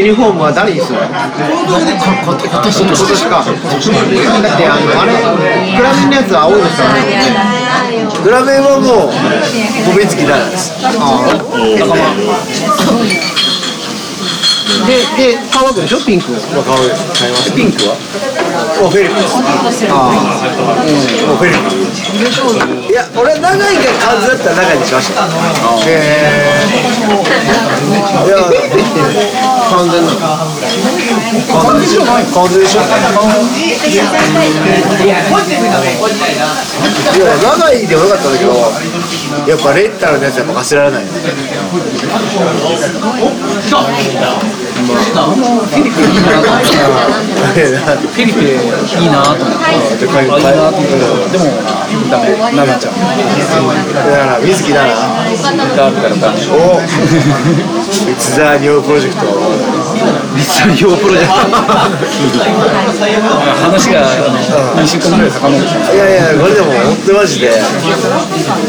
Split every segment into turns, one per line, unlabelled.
ユニフォームは誰にするの
今年
今年か。だってあの、あれ、クラミンのやつは青いですからね。
グラメンはもう、米月奈々です。
で、で、買うわけでしょ、ピンク。
まあ、顔で買いました。ピンクはもうフェリップです。
あ
もうフェリップ。いや、俺は長いが感じだったら長いにしました。
あ。へえ。
いや、完全なの。完全じゃない。完全でしょ。いや、長いでもよかったんだけど、やっぱレンタルのやつやっぱ忘れられないよね。
フィリピンいいなと思っ
で
て
かいかいでも
奈々ちゃ
だか
ん
ら水木だな
がみたいな感じ
お内沢尿プロジェクト
採用プロジェクト話があの2週間ぐらい遡る
いやいやこれでも本当マジでち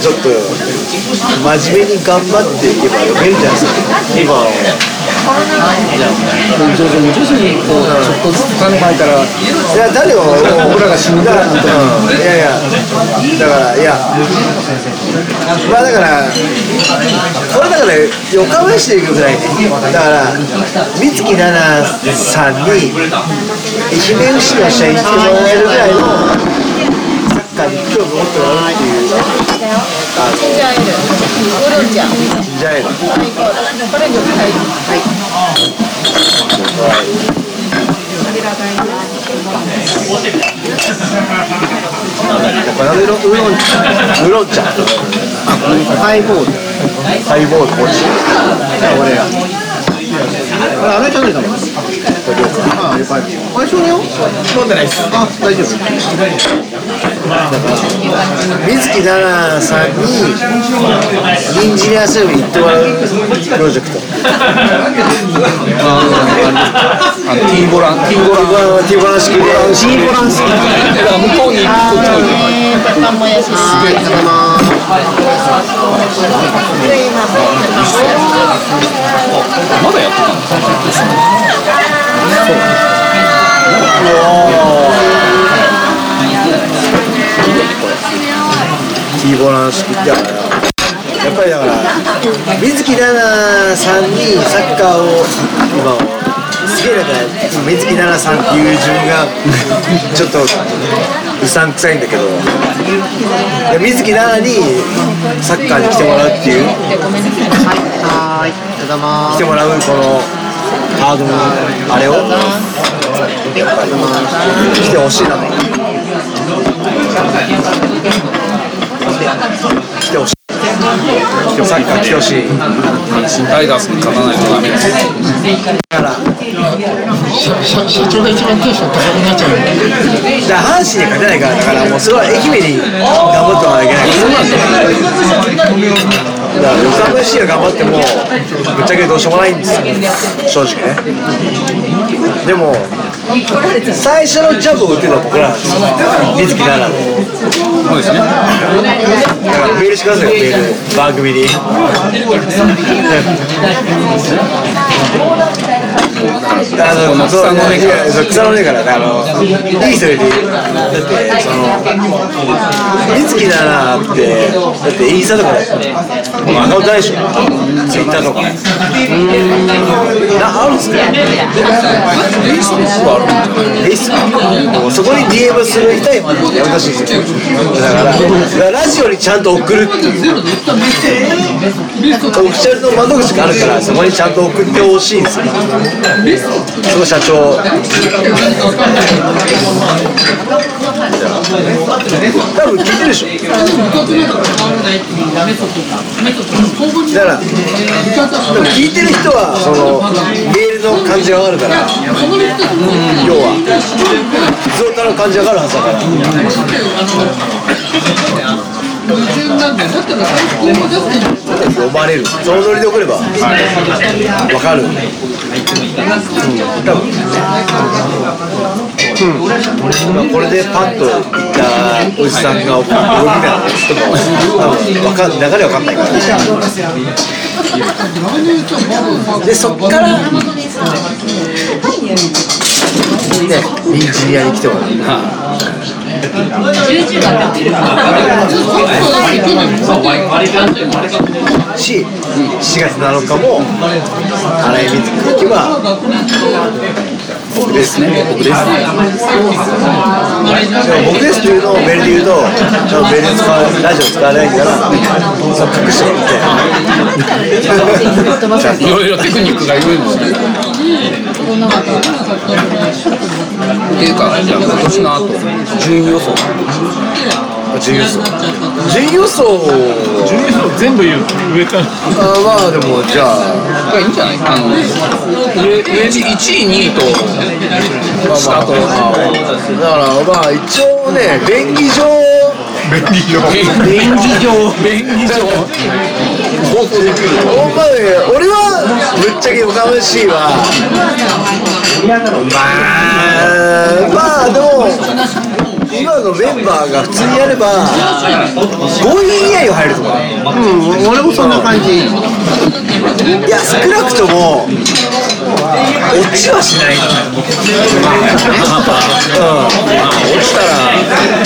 ょっと真面目に頑張っていけば読めるんじゃないですか今は
徐々に徐々にこうちょっとずつ種まいたら
いや誰も
僕らが死ぬぐらいなんて
うんいやいやだからいやまあだからこれだからよかばしていくぐらいねだから美月奈々さんに愛媛牛の試合に来てもらえるぐらいのサッカーに興味を持ってもらうっていうジンジャーエール
ウロウロン
ウーロン茶
ハイボール。
ハイボールこっち俺が
あれ、あれ、ちゃんとだもん。ああ、やっぱり。あれ、少年よ。飲んでないです。あ、大丈夫。
水木奈々さんに臨時に遊びに行ってもらうプロジェクト
あのティーボランティーボラン
ティーバランスクで
シーボランス。
だから向こうに行くこっちも行く
ありがとうございます。
まだやってたの
ティーボランスクだからやっぱりだから水木奈々さんにサッカーを今すげえだから水木奈々さんっていう自分がちょっとうさんくさいんだけどいや水木奈々にサッカーに来てもらうっていう
はーい、ありがとうございま
来
す。
てもらうこのハードのあれをやっぱり来てほしいなと来てほしいサッカー来てほしい
新タイガースに勝たないとダメです
社社長が一番テンション高くなっちゃうよ
じゃあ阪神に勝てないからだからもうそれは愛媛に頑張ってもらわなきゃいけないだから横浜 FC が頑張ってもぶっちゃけどうしようもないんですよ正直ねでも最初のジャブを打ってたのは僕らなんですよ水木奈々で
そうですね
だからメールしてくださいよメール番組にあの
の草の
い
根から
やそう草の根からねあのいい人でだってその美月だなってだってインスタとかアカウントないでしょツイッターとかなあるんすねいいっすかそこに DM する人はやめてほしいですよだからだからラジオにちゃんと送るっていうオフィシャルの窓口があるからそこにちゃんと送ってほしいんですよその社長多分聞いてるでしょだからでも聞いてる人はそのメールの感じがわかるから要は普通歌の感じがわかるはずだからだって読まれるそのノリで送ればわかる多分まあこれでパッと行ったおじさんが送るみたいな人も多分わかん流れわかんないからでそっからね、ミンチ屋に来てもらって。し、4月7日も、新井水木行けば、僕ですね。僕です。でも僕ですっていうのをメールで言うと、ちょっとメール使わラジオ使わないから、その隠してもらって。
いろいろテクニックがいるんですね。っていうか、じゃあ今年の後、順位予想。
準予想。準予想
全部言う上か
あ
ら
まあでも、じゃあ、
がいいんじゃないあの、上、上地1位、2位と、下と、
だからまあ一応ね、便宜上、
便利よ
便宜上。便宜上。
ほんまね、俺はぶっちゃけおかましいわ。まあ、まあでも、今のメンバーが普通にやれば、5位以内は入ると思う。
うん、俺もそんな感
い
じ。
や、少なくとも、落ちはしない。うん、落ちたら。
大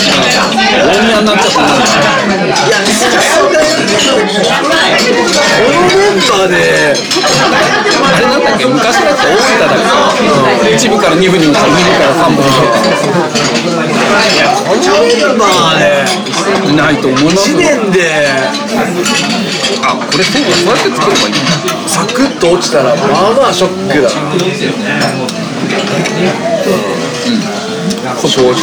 宮になっちゃったな。
いや、さすがに、このメンバーで、
あれなんだっけ昔だって大分だけど、1部から2部に落ちて、2部から3部に落
このメンバーで、
ちて、いないと思います
1
よ。
年で、
あ、これそうか、そうやって作ればいいの
サクッと落ちたら、まあまあショックだ。
正直。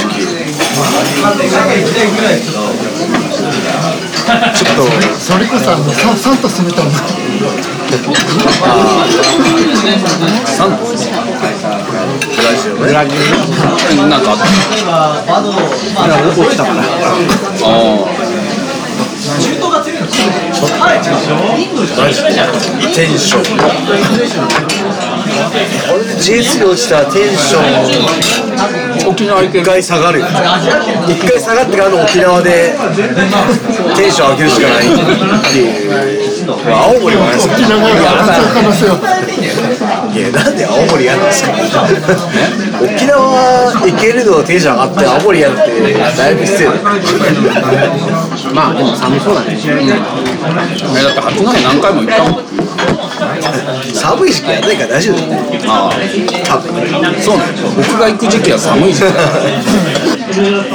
ち
ちょっと、
それこそあのササンタ住めたの
ブラジル
なんかあった。
落ちたから。
あ
テンション。これで JS が落ちたらテンション、沖縄一回下がるよ。一回下がってからの沖縄でテンション上げるしかないっていう。青森もね、そっ
沖縄が話を話せよ
いや、なんで青森やるんですか沖縄行けるのテンション上がって青森やるってだいぶ失礼だ
まあ、でも寒そうだね。
あ。え、だって八戸何回も行ったもん。
寒い時期やんないから大丈夫だよね
ああ。
多分
そうね。僕が行く時期は寒い時期だからね。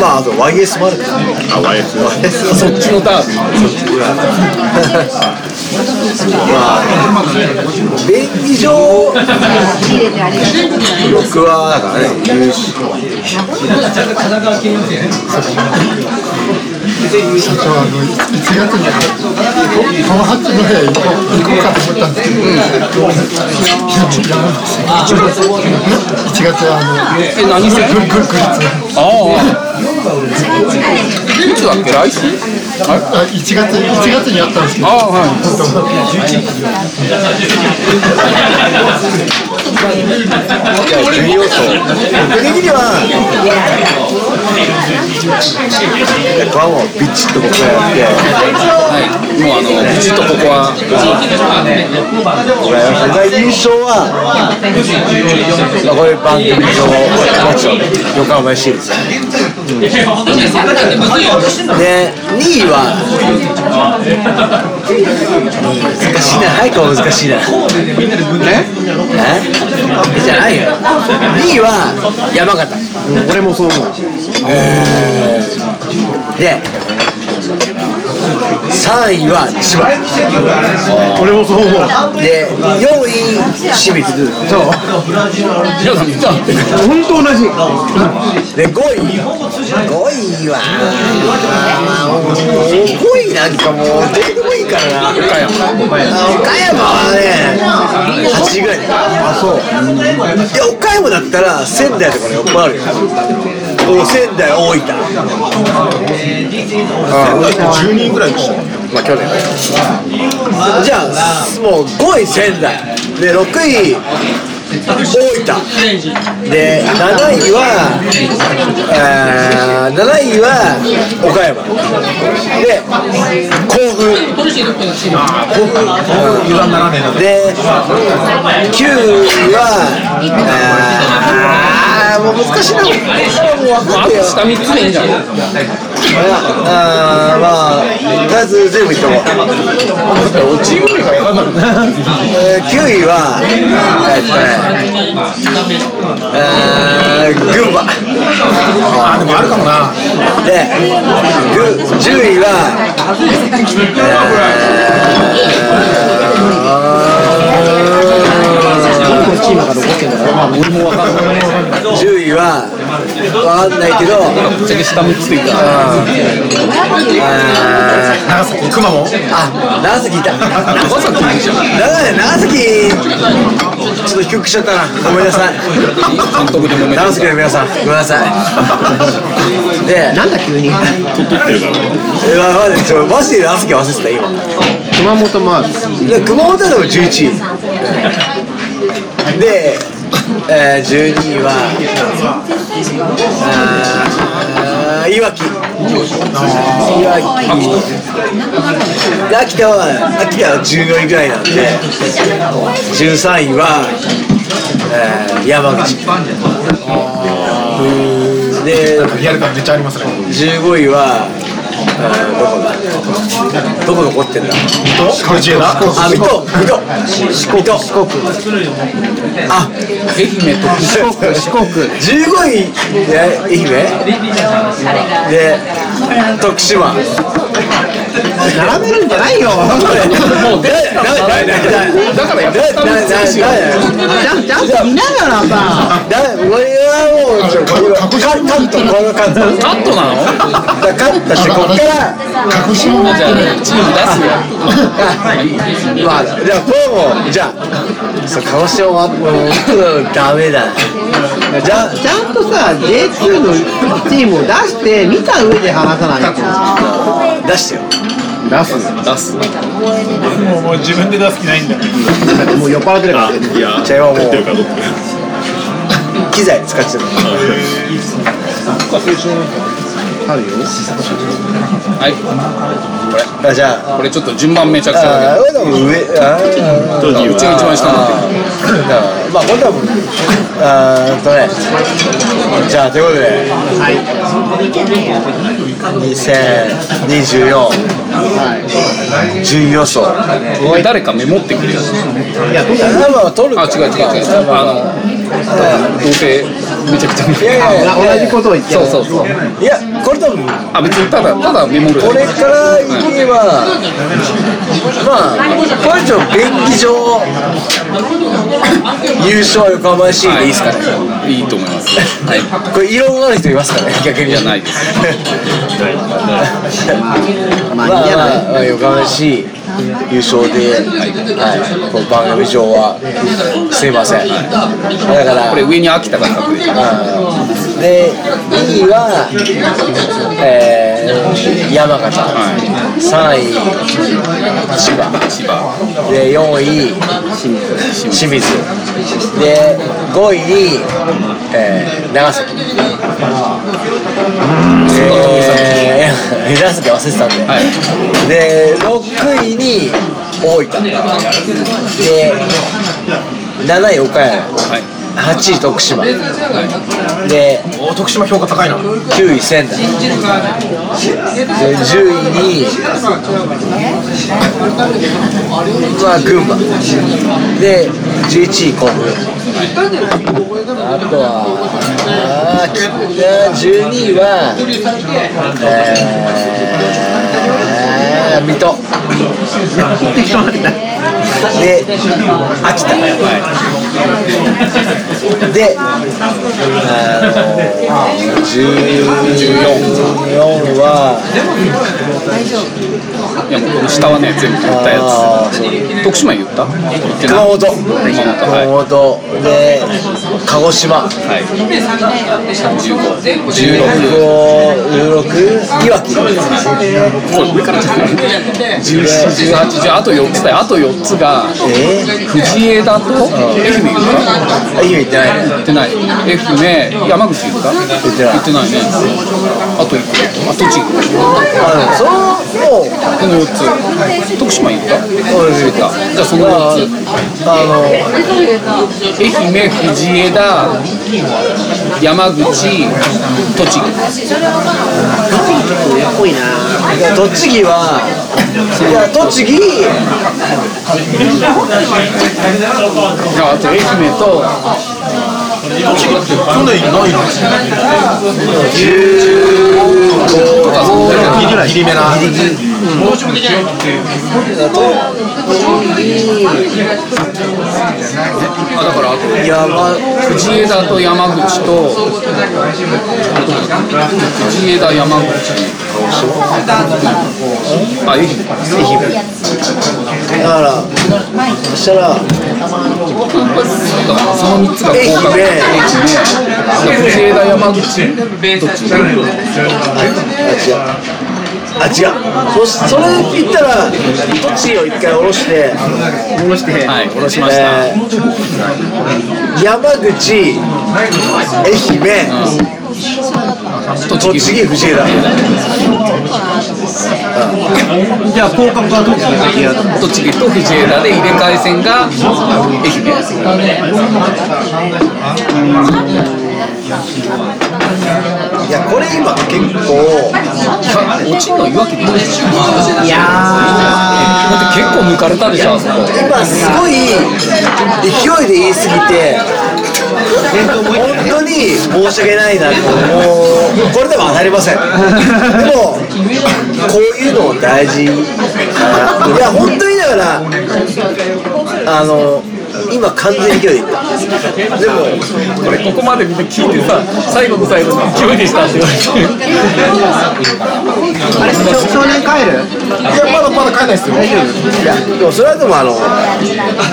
まああと YS もあるから
あ、YS は。
そっちのダービ
便宜上僕はだからね優秀
社長あの1月にこの八戸行こう行こうかと思ったんですけど、いややめました1月1月はあの
ー。え、何せ
グググリッツ
ああ。いつだっけ来週あれ
あ1月1月にあったんですけど
ああ、はい。
準要素僕的にはここはもうビチッと僕がやって
はい。もうあの、うちとここは、
僕がやって優勝はまあこういう番組のもちろん横浜 FC ですよで2位は難しいな早くは難しいなええじゃないよ2位は山形
俺もそう思う。
で3位は千葉
俺もそう思う。
で4位清水
ヒロさん見た
本当同じ。
で5位5位はもう5位なんかもうどうでもいいからな岡山岡山はね8位ぐらいあそういや岡山だったら仙台とかねよっぱいあるよお仙台大分
10人ぐらいでしたね。
まあ去年じゃあもう5位仙台で6位大分で7位はあー7位は岡山で甲府
油断ならねえな
で9位はあーもう難しいなもう分か
あ
っ
と
てよ
下3つでいいんじゃない
あーまあとりあえず全部いっとこう
落ち具合がやばいな
えー9位はえっとねえー群馬
あでもあるかもな
でぐ10位は10位はわかんないけど
ぶっちゃけ下3つでいいから
長崎熊本
あ長崎いた長崎長崎ちょっと低くしちゃったなごめんなさい
監督でもめ
長崎の皆さんごめんなさ いで
なん だ急
え
に
ーまあ、ちょマジでラスケ忘れてた今
熊本まあい
で熊本でも11位で、えー、12位はあーいわきいわきで秋田は秋田は14位ぐらいなんで13位は、えー、山口うんで
リアル感めっちゃありますね
15位は、えーどこだどこ残ってんだ
カルチエだ
あ、水戸、水戸、四国、四国。あ、
愛媛と
四国、四国。十五位、で、愛媛。で、徳島。
並べるんじゃないよ
もう出
だめだめだめ
だからやめ
だめだ
た
め
ちゃんちゃんと見ながらさ
だめ俺はもうちょこれカッカットこのカット
カットなの
だカットしてこっから
鹿児島も
じゃあチーム出すよ
まあじゃあこれもじゃあそう鹿児島はもうダメだじゃあ
ちゃんとさ J2 のチームを出して見た上で話さないと
出してよ
出す
出す
もうもう自分で出す気ないんだ
もう酔っ払ってるから
いや
じゃあ今もう
出てるかどうか
機材使ってる
あるよ
はい
あじゃあ
これちょっと順番めちゃくちゃだけど
ああでも上ああ
当時
うちが一番下になってる
あまあ本当はもうあーっとねじゃあということではい2024準予想あ
おい誰かメモってくれよ
まあ取る
あ違う違う違うあの童貞めちゃくちゃ
いやいやいや
同じことを言って
そうそうそう
いやこれ多分
あ別にただただメモるだ
こ
け
れから行くには、まあ、これ以上、便宜上、優勝は横浜 FC でいいですかね、
はいいいと思いますはい
これ、異論がある人いますかね、逆に
じゃ。ないです
まあ、まあまあ、横浜 FC 優勝で、はい、この番組上は、すいません。だから、
これ上に秋田が書く
で、2位は、えー、山形、3位、千葉、で4位、清水、で5位に、えー、長崎。えー、 長崎忘れてたんで、
はい
で6位に大分で7位岡山
はい
8位徳島で
お徳島評価高いな
9位仙台で10位にまあ群馬で11位甲府あとはあーきあー12位はえー水戸で秋田であの14は
はいいやもうこの下はね全部言ったや
あーそう
つ徳島言った言ってない
熊本
熊本
熊
はい
本で鹿児島
はい35 16
1516いわき
もう上から1718あと4つだよあと4つが
え
藤枝と愛媛か
ー、愛媛行ってない
行ってない愛媛山口行った行
ってない
ってないねあと1個あと1個
あそのもう
この4つ徳島行った行ったじゃあその
あ
4つ
あ
愛媛、藤枝、山口、栃木。
のっぽいな栃木はいや栃木
ああと愛媛と、
去年ないの
とかそんな
ギリギリめな
あだからあと
山
藤枝と山口と、藤枝、山口。あ、愛媛。
だからそしたら
だからその3つが
愛
合格。
媛
藤枝、山口、栃木。
あ違うそしそれ言ったら栃木を一回下ろして
はい、下ろしました。
えー山口愛媛栃木藤枝
じゃあ、広角はどっちだっけ
栃木と藤枝で入れ替え戦が愛媛
いやこれ今結構
落ちんのいわけないでしょだ
いや
って結構抜かれたでしょあそこ
今すごい勢いで言い過ぎて本当に申し訳ないなともうこれでは当たりませんでもこういうのも大事かないや本当にだからあの今完全に勢いでいったでも
これここまでみんな聞いてさ最後の最後の勢いでしたって言われて
あれ、少年帰る
いやまだまだ帰んないっすよ
大丈夫
いやでもそれはでもあの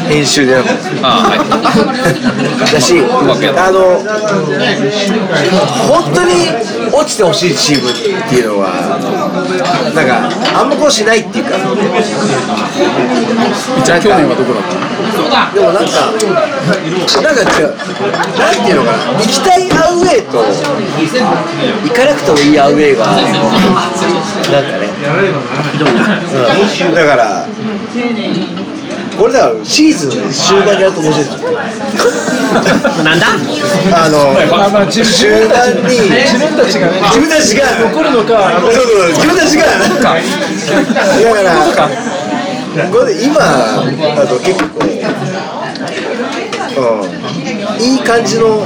編集でやる
あ
だし
まくやっ
あの本当に落ちてほしいチームっていうのはなんかあんまこうしないっていうか
はいじゃあ去年はどこだっ
でもなんかなんか違うなんていうのかな行きたいアウェイと行かなくてもいいアウェイがなんかねうんだからこれだからシーズンの終盤にやると面白い
なんだ
あの、集団に、自分たちが、自分たちが、残るのか、そうそう、自分たちが、だから、これ今、あと結構、うん、いい感じの、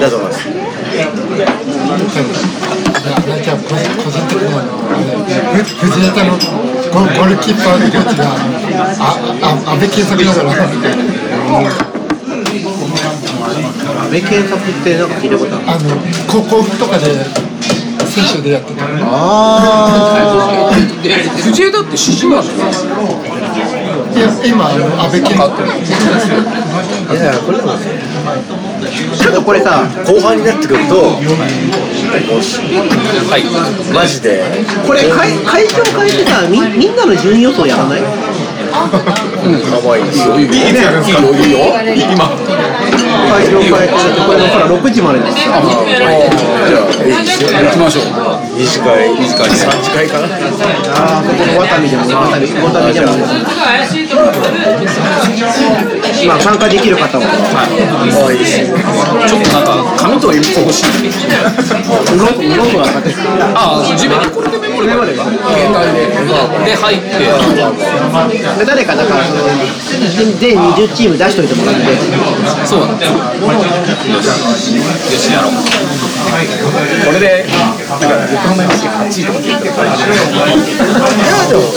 だと思います。
なんか個人個人的にはあの藤枝のゴゴールキーパーのコーチがああ安倍健作だから
安倍健作ってなんか聞いたことある
あの高校とかで選手でやってた
あ
けで藤枝って獅子なんですよ
いや今あの安倍健作
いや、だからこれでもね、
ーちょっとこれさ
後半になってくると、
はい
マジで、
これ会会場変えてさみみんなの順位予想やらない
甘いですよ。
いいねいいよいいよ今
会場変えてだってこれほら6時までだし
じゃ
さ
あ、いいですよ。
行きましょう
二次会、二
次会ね
三次会かな。
あーここのワタミでもねワタミワタミでもねまあ参加できる方は
あ、いいですよ。
ちょっとなんか紙と鉛筆欲しいう
ろ うろうが勝てる
あ自分でこれでメモればいいのか携帯でで入って
で誰かだからその全20チーム出しといてもらって
そうなんだよ。よし、よしやろう。これで、なんか横浜 FC が8位とか出てるから。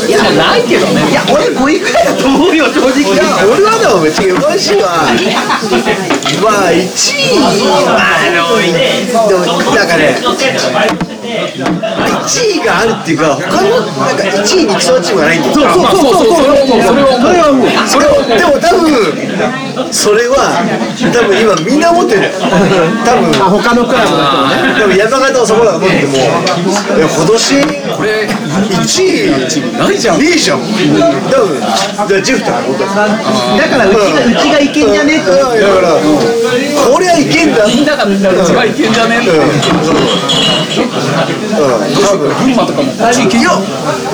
いや、ないけどね。
いや俺5位ぐらいだと思うよ正
い
直
や俺はでも別にうまいしはまあ1位まああのでもなんかね1位があるっていうか他のなんか1位に競うチームがないんだよ
そうそうそうそうそうそうそれはそれはもう
それでも多分それは多分今みんな持ってる多分他のクラブの人もねでも山形はそこだと思っててもいや今年これ1位ないじゃんいいじゃん多分だからジェフとか本当
だからうちがうちがいけんじゃねえって
だからこれはいけんだ
みんながみんなうちはいけんじゃねえって
多分
群馬とかもこっち行け
いや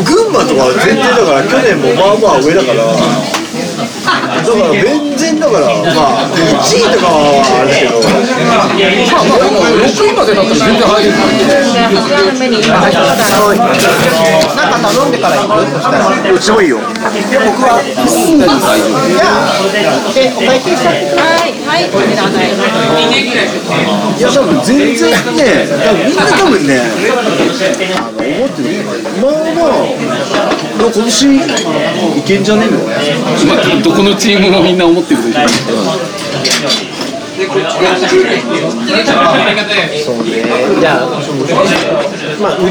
群馬とかは全然だから去年もまあまあ上だからだから全然だからまあ1位とかはあれだけど
まあまあでも6位までだったら全然入る
なんか頼んでから行くそしたら
どっちでもいいよ
じゃあえお会計したって
はい、お願いします。
いや多分全然ね多分みんな多分ねあの思ってるまあまあ今年いけんじゃねえの
今どこのチームもみんな思ってるでしょ
じゃあまあうう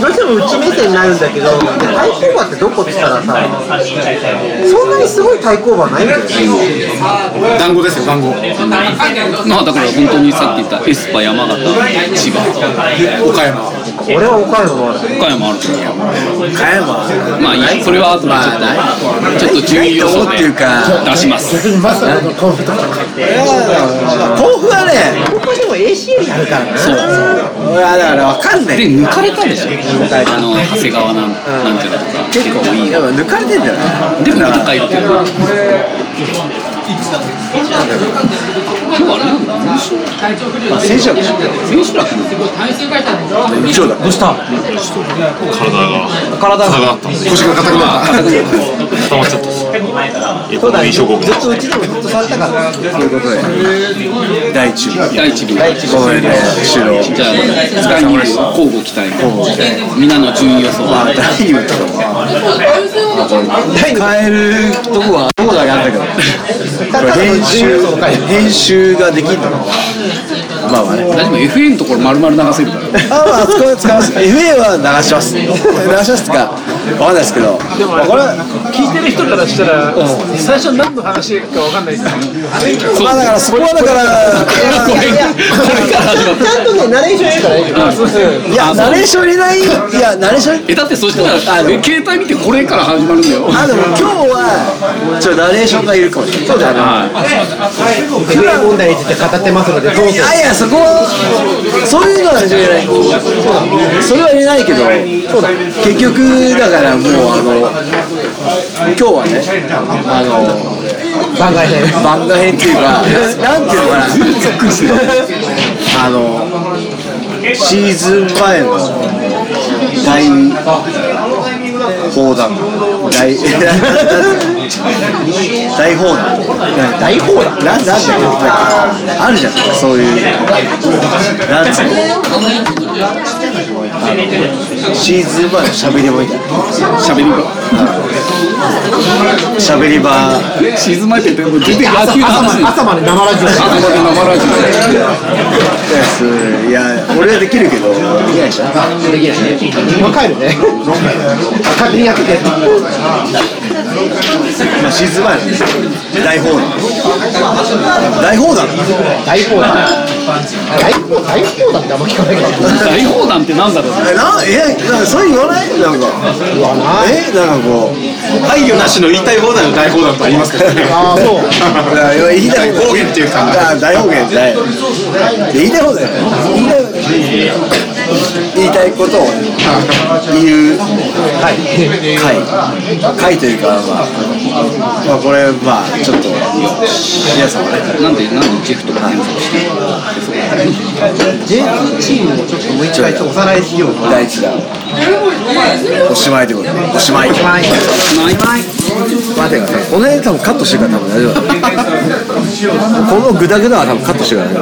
どうしてもうち目線になるんだけど対抗馬ってどこって言ったらさそんなにすごい対抗馬ないんだよね
団子ですよ団子まあだから本当にさっき言ったエスパ山形千葉岡山
俺は岡山だ
岡山あると思
加山
うまあいいやそれは後でちょっとちょっと順位予想で出します
逆にまさかの甲府とか
甲府はね
ここでも ACL やるからね
そう
いやだからわかんない
で抜かれたでしょあの長谷川なんなんちゃらとか結構いい
やっぱ抜かれてんだよね
でもまた帰ってる今日はあれなんだ
まあ選手は
千秋楽の
一応だどうした
体が腰が硬くなった固まっちゃったえっといい証拠
ずっとうちでもずっとされたから
ということで第一部
第一部じ
ごめんね終了
ゃあ使いに交互期待みんなの順位予想
まあ第二部とかは変えるとこはどこだけあったけどこれ編集編集ができんのかなまあまあ ね
大丈夫 FA のところ丸々流せるから
あまああそこは使います FA は流します流しますかわかんないですけどでもこれは
聞いてる人からしたら、最初何の話かわかんないですけど
まあだからそこはだから
これから始まっ
ちゃんとねナレーションしてからね
いやナレーション入れないいやナレーション
えだってそしたら
あでも
え携帯見てこれから始まるんだよ
あでも今日はちょっとナレーションがいるかもしれないそうだ
はい
不平問題について語ってますのでどうぞ
あいやそこはそういうのは始めないそれは入れないけど結局だからもうあの今日はねあの番外編番外編っていうか なんていうのかなあのシーズン前の第砲弾 大大砲弾大砲弾ななんだよあるじゃんそういうなんつうのあのシーズン前のしゃべりもいい
喋りが
しゃべり場
静まっててもう全然野球の話です
朝まで生ラジオ
朝まで生ラジ
いや俺はできるけどできないでしょできないね
帰るね勝手にやってて
まあ、シーズン前の大砲弾大砲弾
大砲だ大砲大砲だってあんま聞かないから
オ大砲弾ってなんだろう
えなえなんかそう言わないなんかえなんかこう
配慮なしの言いたい放題の大放題とありますからね
ああそう
いや言いたい
大方言っていうか
あ大方言大言いたい方だよ言いたい言いたいことを言う回回回というかまあ、まあ、これまあちょっと皆さんもね
なんでなんでジェフとか検索して
J2 チームをちょっともう一回おさらいしようか
第一弾おしまいということでおしまい
ないない
待てがねこの辺多分カットしてるから多分大丈夫だこのグダグダは多分カットしてるからね